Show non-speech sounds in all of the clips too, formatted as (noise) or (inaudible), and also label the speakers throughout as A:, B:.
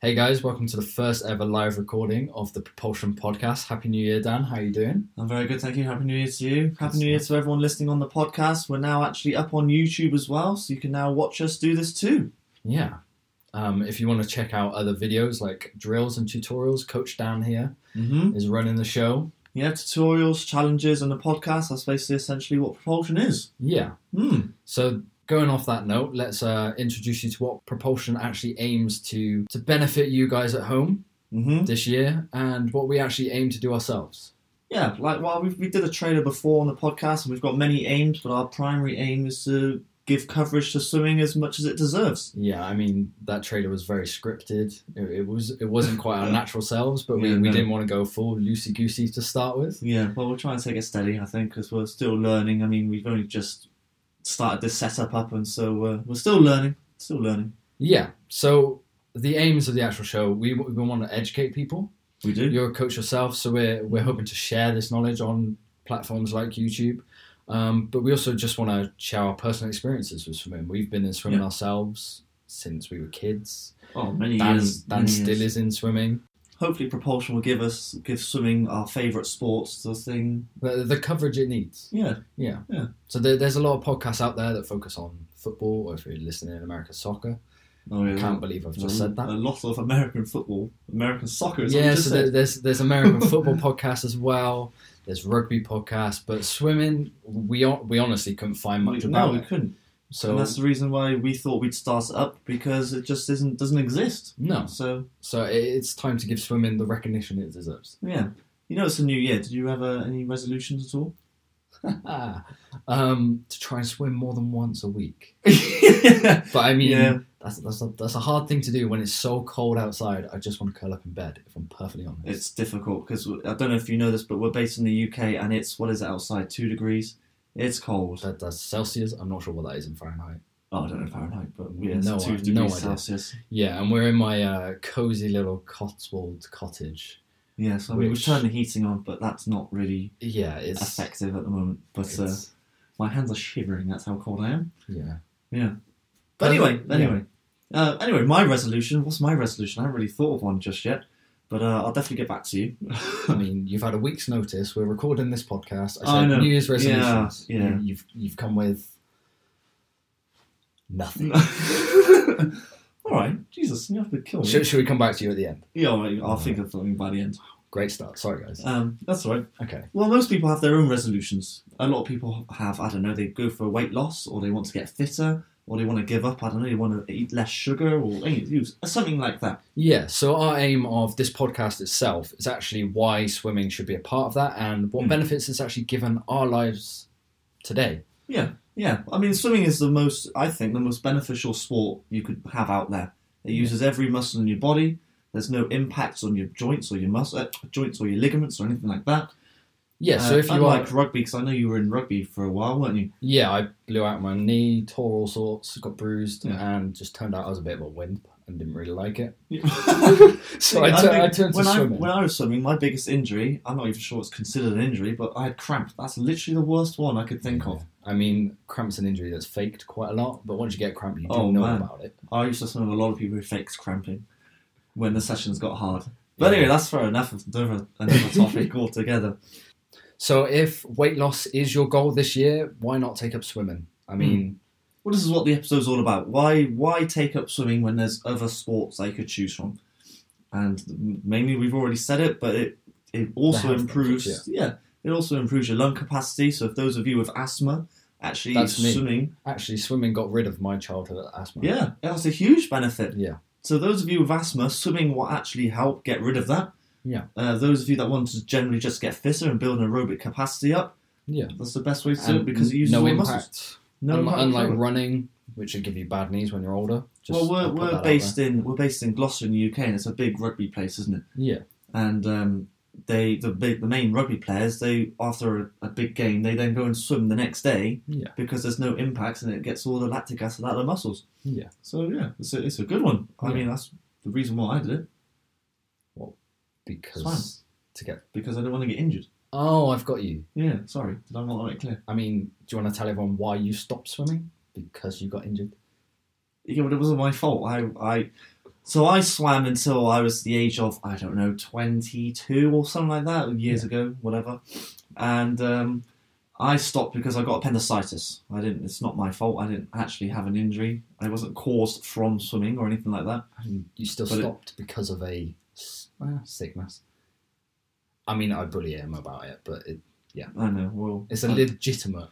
A: Hey guys, welcome to the first ever live recording of the Propulsion Podcast. Happy New Year, Dan. How you doing?
B: I'm very good, thank you. Happy New Year to you.
A: That's
B: Happy New Year to everyone listening on the podcast. We're now actually up on YouTube as well, so you can now watch us do this too.
A: Yeah. Um, if you want to check out other videos like drills and tutorials, Coach Dan here
B: Mm-hmm.
A: is running the show.
B: Yeah, tutorials, challenges, and the podcast. That's basically essentially what propulsion is.
A: Yeah.
B: Mm.
A: So going off that note, let's uh, introduce you to what Propulsion actually aims to to benefit you guys at home
B: Mm-hmm.
A: this year, and what we actually aim to do ourselves.
B: Yeah, like while we we did a trailer before on the podcast, and we've got many aims, but our primary aim is to give coverage to swimming as much as it deserves.
A: Yeah, I mean that trailer was very scripted. It, it was it wasn't quite
B: (laughs)
A: our natural selves, but we,
B: Yeah,
A: we
B: no.
A: didn't want to go full loosey goosey to start with.
B: Yeah, well, we're trying to take it steady, I think, because we're still learning. I mean, we've only just started this setup up, and so uh, we're still learning. Still learning.
A: Yeah. So the aims of the actual show, we, we want to educate people.
B: We do.
A: You're a coach yourself, so we're we're hoping to share this knowledge on platforms like YouTube. Um, but we also just want to share our personal experiences with swimming. We've been in swimming
B: Yeah.
A: ourselves since we were kids.
B: Oh, many
A: Dan,
B: years.
A: Dan
B: many
A: still
B: years.
A: is in swimming.
B: Hopefully, propulsion will give us give swimming our favourite sports. The thing.
A: The, the coverage it needs.
B: Yeah.
A: Yeah.
B: Yeah.
A: So there, there's a lot of podcasts out there that focus on football, or if you're listening in America, soccer.
B: Oh, yeah.
A: I can't believe I've just said
B: A
A: that.
B: lot of American football, American soccer. Is what
A: Yeah,
B: you just
A: so there,
B: said.
A: there's there's
B: (laughs)
A: American football podcasts as well. There's rugby podcasts, but swimming, we hon- we honestly couldn't find much
B: We-
A: about
B: no, we
A: it.
B: couldn't.
A: So
B: and that's the reason why we thought we'd start it up because it just isn't doesn't exist.
A: no,
B: So
A: so it, it's time to give swimming the recognition it deserves. (laughs)
B: yeah, you know it's a new year. Did you have uh, any resolutions
A: (laughs)
B: at all?
A: Ah, um, to try and swim more than once a week.
B: yeah,
A: But I mean,
B: Yeah.
A: that's that's a, that's a hard thing to do when it's so cold outside. I just want to curl up in bed. If I'm perfectly honest,
B: it's difficult because I don't know if you know this, but we're based in the UK and it's what is it outside two degrees. It's cold.
A: that, that's Celsius. I'm not sure what that is in Fahrenheit.
B: Oh, I don't know Fahrenheit, but yeah, it's
A: No,
B: two
A: I-
B: degrees
A: no idea.
B: Celsius.
A: Yeah, and we're in my uh, cozy little Cotswold cottage.
B: Yeah, so I mean,
A: Which-
B: we've turned the heating on, but that's not really
A: Yeah, it's
B: effective at the moment. But uh,
A: it's-
B: my hands are shivering. That's how cold I am.
A: yeah.
B: But anyway,
A: Oh, Yeah.
B: anyway, uh, anyway, my resolution. What's my resolution? I haven't really thought of one just yet, but uh, I'll definitely get back to you. (laughs)
A: I mean, you've had a week's notice. We're recording this podcast. I
B: I
A: said
B: know.
A: New Year's resolutions.
B: Yeah, yeah.
A: You, you've you've come with nothing.
B: all right, Jesus, you have to kill me.
A: should, Oh, should we come back to you at the end?
B: Yeah, all right, I'll think of something by the end.
A: Great start. Sorry, guys.
B: Um, that's all right.
A: Okay.
B: Well, most people have their own resolutions. A lot of people have, I don't know, they go for weight loss or they want to get fitter or they want to give up, I don't know, they want to eat less sugar or any- something like that.
A: Yeah. So our aim of this podcast itself is actually why swimming should be a part of that and what
B: Hmm.
A: benefits it's actually given our lives today.
B: Yeah, I mean, swimming is the most, I think, the most beneficial sport you could have out there. It
A: Yeah.
B: uses every muscle in your body. There's no impacts on your joints or your muscle, uh, joints or your ligaments or anything like that.
A: Yeah. So
B: Uh,
A: if you are,
B: unlike rugby, because I know you were in rugby for a while, weren't you?
A: yeah, I blew out my knee, tore all sorts, got bruised,
B: Yeah.
A: and just turned out I was a bit of a wimp and didn't really like it. So (laughs)
B: See,
A: I,
B: I
A: tu-
B: think
A: I turned to
B: when I,
A: swimming.
B: when I was swimming, my biggest injury, I'm not even sure it's considered an injury, but I had cramp. That's literally the worst one I could think of.
A: I mean, cramp's an injury that's faked quite a lot, but once you get cramp, you do
B: Oh,
A: know
B: man.
A: about it.
B: I used to swim with a lot of people who faked cramping when the sessions got hard. But anyway, that's fair enough of another, another
A: (laughs)
B: topic altogether.
A: So, if weight loss is your goal this year, why not take up swimming? I
B: Hmm.
A: mean,
B: Well, this is what the episode's all about. Why why take up swimming when there's other sports that you could choose from? And mainly, we've already said it, but it it also
A: health
B: improves.
A: benefits,
B: yeah. it also improves your lung capacity. So if those of you with asthma actually
A: That's me.
B: swimming,
A: actually, swimming got rid of my childhood asthma.
B: yeah, that's a huge benefit.
A: Yeah.
B: So those of you with asthma, swimming will actually help get rid of that.
A: Yeah.
B: Uh, those of you that want to generally just get fitter and build an aerobic capacity up,
A: Yeah.
B: that's the best way to do
A: And
B: it because it uses
A: no
B: all your
A: impact.
B: muscles. No
A: Un-
B: impact
A: unlike
B: whatsoever.
A: running, which would give you bad knees when you're older. Just
B: well,
A: I'll
B: we're,
A: put that
B: we're
A: out
B: based in we're based in Gloucester in the UK, and it's a big rugby place, isn't it?
A: there. Yeah.
B: And um, they the big, the main rugby players they after a, a big game they then go and swim the next day
A: Yeah.
B: because there's no impacts and it gets all the lactic acid out of the muscles.
A: Yeah.
B: So yeah, it's a, it's a good one. I
A: Yeah.
B: mean that's the reason why I did it
A: Because to get.
B: because I didn't want to get injured.
A: Oh, I've got you.
B: Yeah, sorry, did I not make it clear?
A: I mean, do you want to tell everyone why you stopped swimming? Because you got injured?
B: Yeah, but it wasn't my fault. I I So I swam until I was the age of I don't know twenty two or something like that years ago, whatever. And um, I stopped because I got appendicitis. I didn't. It's not my fault. I didn't actually have an injury. It wasn't caused from swimming or anything like that.
A: And you still
B: But it-
A: stopped because of a s- uh, sickness. I mean, I bully him about it, but it,
B: I know. Well,
A: it's a legitimate.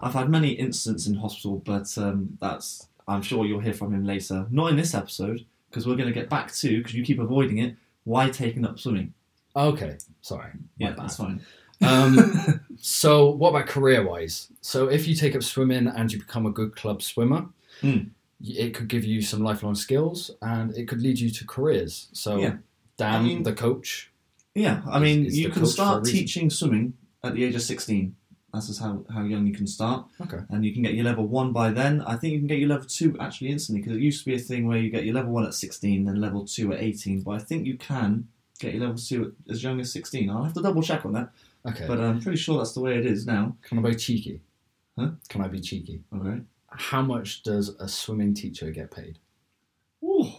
B: I've had many incidents in hospital, but um, that's I'm sure you'll hear from him later. Not in this episode because we're going to get back to because you keep avoiding it. Why taking up swimming?
A: Okay, (laughs) sorry. My
B: Yeah,
A: bad.
B: that's fine.
A: Um, so, what about career wise? So, if you take up swimming and you become a good club swimmer,
B: Hmm.
A: y- it could give you some lifelong skills and it could lead you to careers. So,
B: Yeah.
A: Dan,
B: I mean-
A: the coach,
B: Yeah, I
A: Is-
B: mean,
A: is
B: you
A: the
B: can
A: coach for a
B: start
A: reason.
B: teaching swimming at the age of 16. That's just how, how young you can start.
A: Okay.
B: And you can get your level one by then. I think you can get your level two actually instantly because it used to be a thing where you get your level one at 16, then level two at 18. But I think you can get your level two at, as young as 16. I'll have to double check on that,
A: okay,
B: but I'm pretty sure that's the way it is now.
A: can I be cheeky?
B: Huh?
A: Can I be cheeky?
B: Okay.
A: How much does a swimming teacher get paid?
B: Ooh.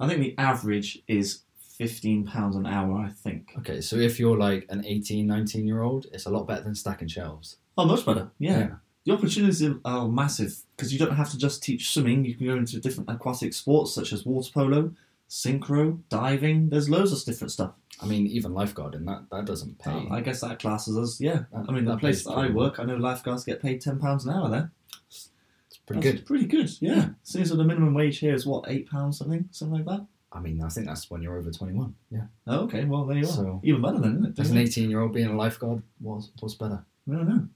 B: I think the average is £15 an hour, I think.
A: Okay, so if you're like an 18, 19 year old, it's a lot better than stacking shelves.
B: Oh, much better. Yeah.
A: Yeah.
B: The opportunities are massive because you don't have to just teach swimming. You can go into different aquatic sports such as water polo, synchro, diving. There's loads of different stuff.
A: I mean, even lifeguarding, that, that doesn't pay.
B: Uh, I guess that classes us. Yeah.
A: That-
B: I mean, the
A: that
B: place
A: pays
B: that I
A: pretty well.
B: work, I know lifeguards get paid ten pounds an hour there.
A: It's pretty
B: That's
A: good.
B: Pretty good. Yeah. Seems that the minimum wage here is what eight pounds something, something like that.
A: I mean, I think that's when you're over 21. Yeah.
B: Oh, okay. Well, there you are.
A: So-
B: Even better then, isn't it?
A: As an 18 year old, being a lifeguard was, was better.
B: I don't know.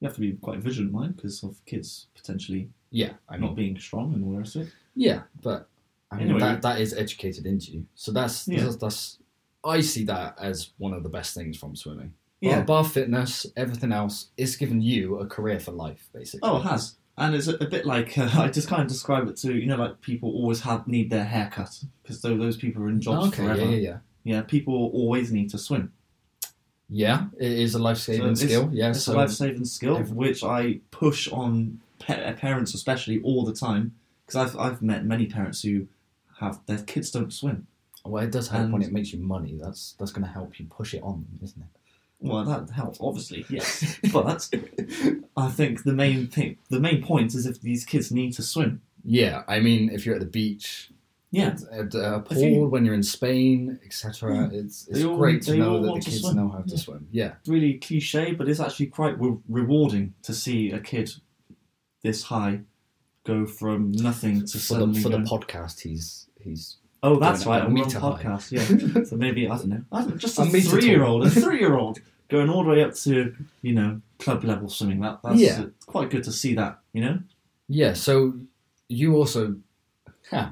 B: You have to be quite vigilant, mind, because of kids potentially
A: Yeah, I mean,
B: not being strong and all the rest of it.
A: yeah, but I mean
B: Mm-hmm. Anyway,
A: that that is educated into you. So that's,
B: Yeah.
A: that's that's I see that as one of the best things from swimming.
B: Yeah.
A: above fitness, everything else, it's given you a career for life, basically.
B: Oh, it has. And it's a, a bit like uh, (laughs) I just kind of describe it to you know like people always have need their hair cut because those people are in jobs
A: okay, yeah,
B: forever.
A: yeah, yeah.
B: Yeah, people always need to swim.
A: Yeah, it is a life saving
B: So it's-
A: skill. Yeah,
B: It's
A: so
B: a life-saving skill
A: Every-
B: which I push on pa- uh, parents especially all the time because I've I've met many parents who have their kids don't swim.
A: well, it does help
B: and-
A: when it makes you money. That's that's going to help you push it on, isn't it?
B: Well, that helps obviously,
A: (laughs)
B: yes. but I think the main thing, the main point is if these kids need to swim.
A: Yeah, I mean, if you're at the beach,
B: Yeah,
A: at, at a
B: If
A: pool,
B: you-
A: when you're in Spain, etc., it's it's
B: They all-
A: great to
B: they
A: know
B: all
A: that the
B: want to
A: kids
B: swim.
A: know how to
B: Yeah.
A: swim. Yeah,
B: really cliche, but it's actually quite re- rewarding to see a kid this high go from nothing
A: for
B: to
A: the,
B: suddenly.
A: for the
B: going-
A: podcast, he's he's
B: oh, that's
A: doing it
B: right,
A: a
B: I'm on
A: meter high.
B: podcast.
A: (laughs)
B: Yeah, so maybe I don't know. I don't, just a,
A: A meter tall. (laughs)
B: three-year-old, a three-year-old going all the way up to you know club level swimming. That that's
A: Yeah.
B: uh, quite good to see that. You know,
A: Yeah, so you also huh,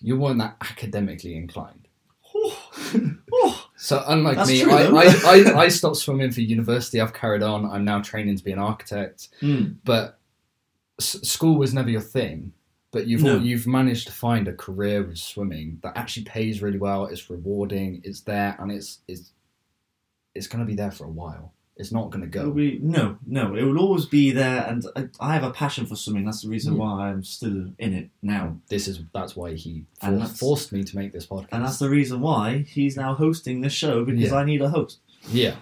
A: you weren't that academically inclined.
B: (laughs) Oh,
A: So unlike
B: That's
A: me,
B: true,
A: I,
B: though.
A: I,
B: (laughs)
A: I, I stopped swimming for university. I've carried on. I'm now training to be an architect.
B: mm,
A: But s- school was never your thing. But you've
B: No.
A: you've managed to find a career with swimming that actually pays really well. It's rewarding. It's there, and it's it's it's going to be there for a while. It's not going to
B: it'll
A: go.
B: be- no, no, it will always be there, and I, I have a passion for swimming. That's the reason
A: Yeah.
B: why I'm still in it now.
A: this is that's why he
B: And
A: for-
B: that's-
A: forced me to make this podcast.
B: And that's the reason why he's now hosting this show because
A: Yeah.
B: I need a host.
A: yeah,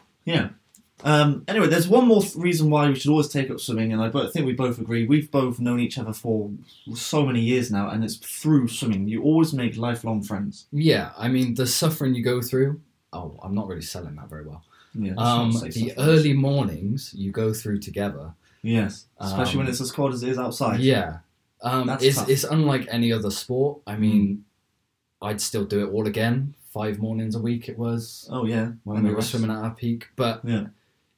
B: Um, anyway, there's one more th- reason why we should always take up swimming, and I bo- think we both agree. We've both known each other for so many years now, and it's through swimming. You always make lifelong friends.
A: Yeah, I mean the suffering you go through. Oh, I'm not really selling that very well.
B: Yeah, that's
A: Um,
B: what I'd say
A: the
B: sometimes.
A: early mornings you go through together.
B: yes, especially
A: Um,
B: when it's as cold as it is outside.
A: Yeah, um,
B: That's
A: it's
B: tough. Hmm.
A: it's unlike any other sport. I mean, I'd still do it all again. Five mornings a week it was
B: Oh yeah,
A: when
B: and
A: we
B: the
A: were
B: rest-
A: swimming at our peak. But
B: Yeah.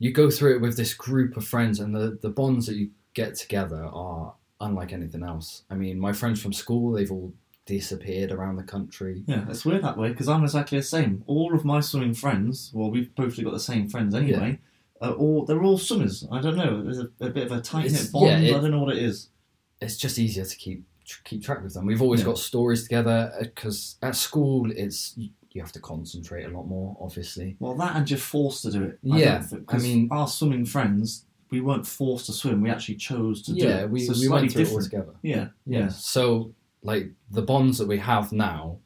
A: you go through it with this group of friends, and the the bonds that you get together are unlike anything else. I mean, my friends from school they've all disappeared around the country.
B: Yeah, it's weird that way because I'm exactly the same. All of my swimming friends, well, we've both got the same friends anyway. Are all they're all swimmers. I don't know. There's a, a bit of a tight
A: It's-
B: knit bond.
A: yeah, it-
B: I don't know what it is.
A: it's just easier to keep tr- keep track with them. We've always
B: Yeah.
A: got stories together because at school it's you- you have to concentrate a lot more, obviously.
B: Well, that and you're forced to do it.
A: Yeah,
B: I, don't think,
A: I
B: 'cause
A: mean-
B: our swimming friends, we weren't forced to swim. We actually chose to do it.
A: yeah, we,
B: So
A: we went
B: slightly
A: through it all
B: different.
A: together.
B: Yeah, yeah.
A: So Like the bonds that we have now,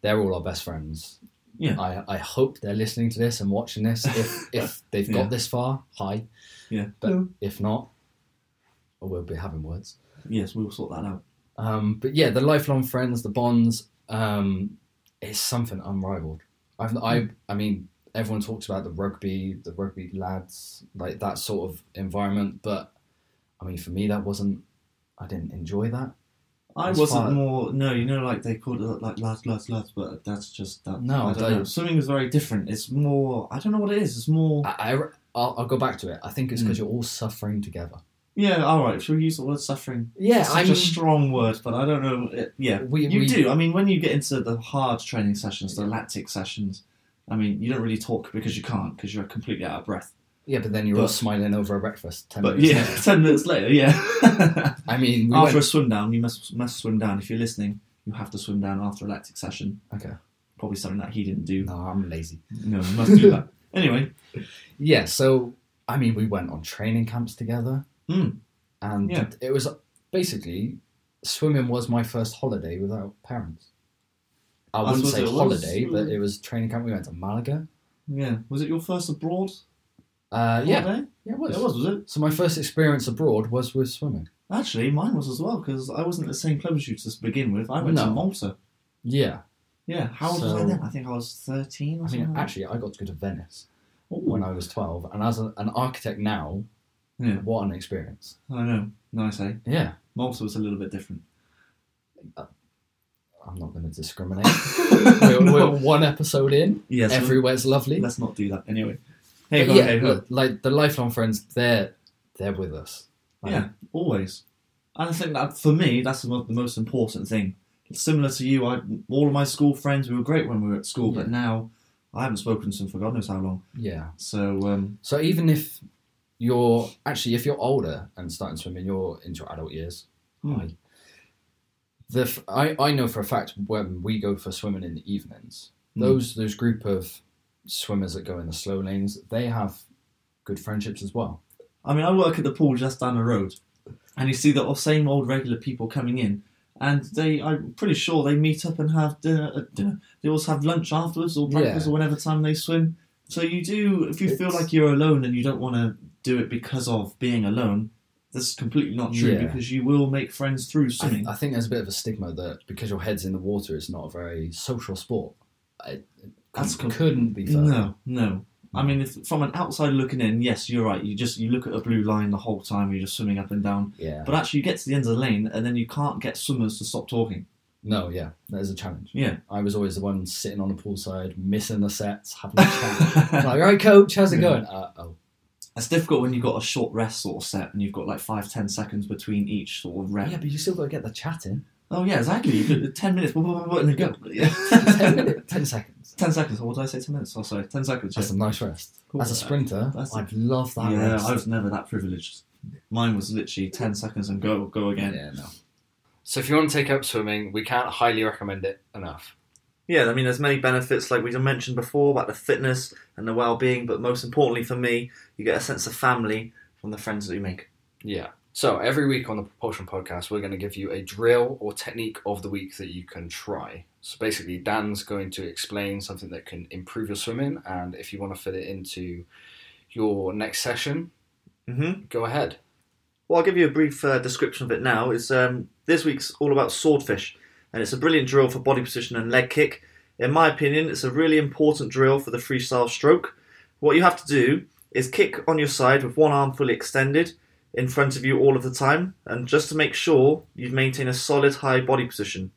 A: they're all our best friends.
B: Yeah.
A: I, I hope they're listening to this and watching
B: (laughs)
A: this. If if they've got
B: Yeah.
A: this far, hi.
B: Yeah.
A: But
B: No.
A: if not, we'll be having words.
B: Yes, we'll sort that out.
A: Um, but yeah, the lifelong friends, the bonds, um, it's something unrivaled. I've,
B: Hmm.
A: I, I mean, everyone talks about the rugby, the rugby lads, like that sort of environment. But I mean, for me, that wasn't. I didn't enjoy that.
B: I
A: That's
B: wasn't
A: fine.
B: more no, you know, like they called it uh, like lads, lads, lads, but that's just that.
A: No,
B: I
A: I
B: don't,
A: don't.
B: know. Swimming is very different. It's more. I don't know what it is. It's more.
A: I, I will I'll go back to it. I think it's because
B: Hmm.
A: you're all suffering together.
B: Yeah, all right. Should we use the word suffering?
A: Yeah,
B: It's
A: I
B: such a
A: mean,
B: strong word, but I don't know. It, yeah,
A: we,
B: you
A: we
B: do. I mean, when you get into the hard training sessions, the lactic sessions, I mean, you don't really talk because you can't because you're completely out of breath.
A: Yeah, but then you're all
B: But-
A: smiling over a breakfast. Ten
B: But
A: minutes
B: yeah,
A: later.
B: (laughs) ten minutes later, yeah.
A: I mean, (laughs) we
B: after a
A: went,
B: swim down, you must must swim down. If you're listening, you have to swim down after a lactic session.
A: okay.
B: Probably something that he didn't do.
A: No, I'm lazy.
B: No, you must
A: (laughs)
B: do that. Anyway,
A: Yeah, so I mean, we went on training camps together,
B: Mm.
A: and
B: Yeah.
A: it was basically swimming was my first holiday without parents. I
B: I
A: wouldn't
B: suppose
A: say
B: it was.
A: holiday, but
B: Mm.
A: it was training camp. We went to Malaga.
B: yeah. Was it your first abroad?
A: Uh, yeah,
B: holiday?
A: yeah, it was.
B: it Oh, was, was it?
A: So my first experience abroad was with swimming.
B: Actually, mine was as well because I wasn't at the same club as you to begin with. I went to
A: No.
B: Malta.
A: Yeah,
B: Yeah, how old was I
A: So-
B: then? I think I was thirteen or
A: I
B: something.
A: mean,
B: like
A: actually, I got to go to Venice
B: that. Ooh.
A: when I was twelve, and as a, an architect now,
B: Yeah.
A: what an experience!
B: I know. Nice, eh?
A: Yeah,
B: Malta was a little bit
A: (laughs)
B: different.
A: I'm not going to discriminate. we're, we're one episode in.
B: (laughs) Yes,
A: Everywhere's lovely.
B: let's not do that. Anyway, hey,
A: But
B: ho,
A: yeah,
B: hey, ho.
A: look, like the lifelong friends, they're they're with us. Like,
B: yeah, always. And I think that for me, that's the most, the most important thing. Similar to you, I all of my school friends, we were great when we were at school, but
A: Yeah.
B: now I haven't spoken to them for God knows how long.
A: yeah.
B: So um,
A: So even if you're actually if you're older and starting swimming, you're into your adult years.
B: Hmm.
A: I, the f- I I know for a fact when we go for swimming in the evenings,
B: Hmm.
A: those those group of swimmers that go in the slow lanes, they have good friendships as well.
B: I mean, I work at the pool just down the road, and you see the o- same old regular people coming in, and they, I'm pretty sure they meet up and have dinner. uh, dinner. They also have lunch afterwards or breakfast
A: Yeah.
B: or whenever time they swim. So you do, if you feel
A: It's-
B: like you're alone and you don't want to do it because of being alone, that's completely not true
A: Yeah.
B: because you will make friends through
A: I,
B: swimming.
A: I think there's a bit of a stigma that because your head's in the water, it's not a very social sport. I,
B: That's com-
A: couldn't be further.
B: No, no. I mean, if, from an outside looking in, yes, you're right. You just you look at a blue line the whole time. You're just swimming up and down.
A: Yeah.
B: But actually, you get to the end of the lane, and then you can't get swimmers to stop talking.
A: No, yeah, that is a challenge.
B: Yeah.
A: I was always the one sitting on the poolside, missing the sets, having a
B: (laughs)
A: chat. (laughs) like, all right, coach, how's it
B: Yeah.
A: going? Uh, oh,
B: It's difficult when you've got a short rest sort of set and you've got like five, ten seconds between each sort of rep.
A: yeah, but you still got to get the chat in. (laughs)
B: Oh yeah, exactly. You could, ten minutes, blah, blah, blah, blah, and then go. Yeah.
A: Ten, minutes, ten seconds.
B: ten seconds. What did I say? Ten minutes. Oh sorry, ten seconds.
A: That's
B: Yeah,
A: a nice rest.
B: Cool.
A: As a sprinter,
B: That's-
A: I'd love that
B: yeah
A: rest.
B: I was never that privileged. Mine was literally ten seconds and go, go again.
A: yeah, no. So if you want to take up swimming, we can't highly recommend it enough.
B: Yeah, I mean, there's many benefits like we mentioned before about the fitness and the well-being, but most importantly for me, you get a sense of family from the friends that you make.
A: Yeah. So every week on the Propulsion Podcast, we're going to give you a drill or technique of the week that you can try. So basically, Dan's going to explain something that can improve your swimming, and if you want to fit it into your next session,
B: Mm-hmm.
A: go ahead.
B: Well, I'll give you a brief uh, description of it now. It's um, this week's all about swordfish, and it's a brilliant drill for body position and leg kick. In my opinion, it's a really important drill for the freestyle stroke. What you have to do is kick on your side with one arm fully extended in front of you all of the time, and just to make sure you maintain a solid high body position.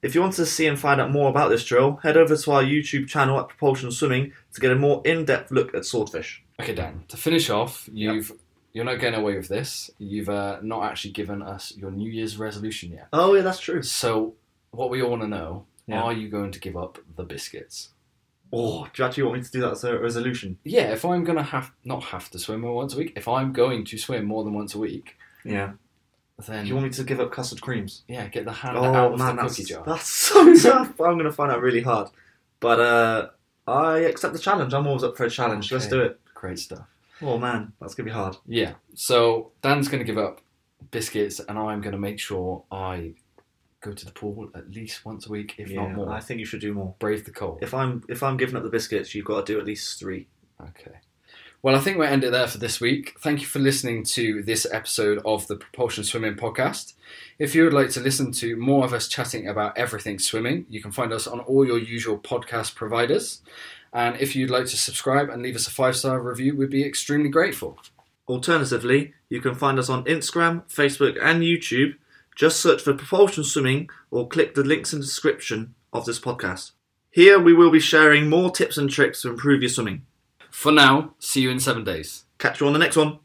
B: If you want to see and find out more about this drill, head over to our YouTube channel at Propulsion Swimming to get a more in-depth look at swordfish.
A: Okay, Dan. To finish off, you've you're not getting away with this. You've uh, not actually given us your New Year's resolution yet.
B: Oh yeah, that's true.
A: So what we all want to know:
B: Yeah.
A: Are you going to give up the biscuits?
B: Oh, do you actually want me to do that as a resolution?
A: Yeah. If I'm gonna have not have to swim more once a week, if I'm going to swim more than once a week,
B: Yeah.
A: then
B: You want me to give up custard creams?
A: yeah, get the hand out of the cookie jar.
B: Oh, that's (laughs) so tough. I'm going to find out really hard. But uh, I accept the challenge. I'm always up for a challenge. Let's
A: Okay.
B: do it.
A: Great stuff.
B: Oh man, that's going to be hard.
A: Yeah. So Dan's gonna give up biscuits, and I'm gonna make sure I go to the pool at least once a week, if
B: yeah,
A: not more.
B: I think you should do more.
A: Brave the cold.
B: If I'm if I'm giving up the biscuits, you've got to do at least three.
A: Okay. Well, I think we'll end it there for this week. Thank you for listening to this episode of the Propulsion Swimming podcast. If you would like to listen to more of us chatting about everything swimming, you can find us on all your usual podcast providers. And if you'd like to subscribe and leave us a five star review, we'd be extremely grateful.
B: Alternatively, you can find us on Instagram, Facebook, and YouTube. Just search for Propulsion Swimming or click the links in the description of this podcast. Here we will be sharing more tips and tricks to improve your swimming.
A: For now, see you in seven days.
B: Catch you on the next one.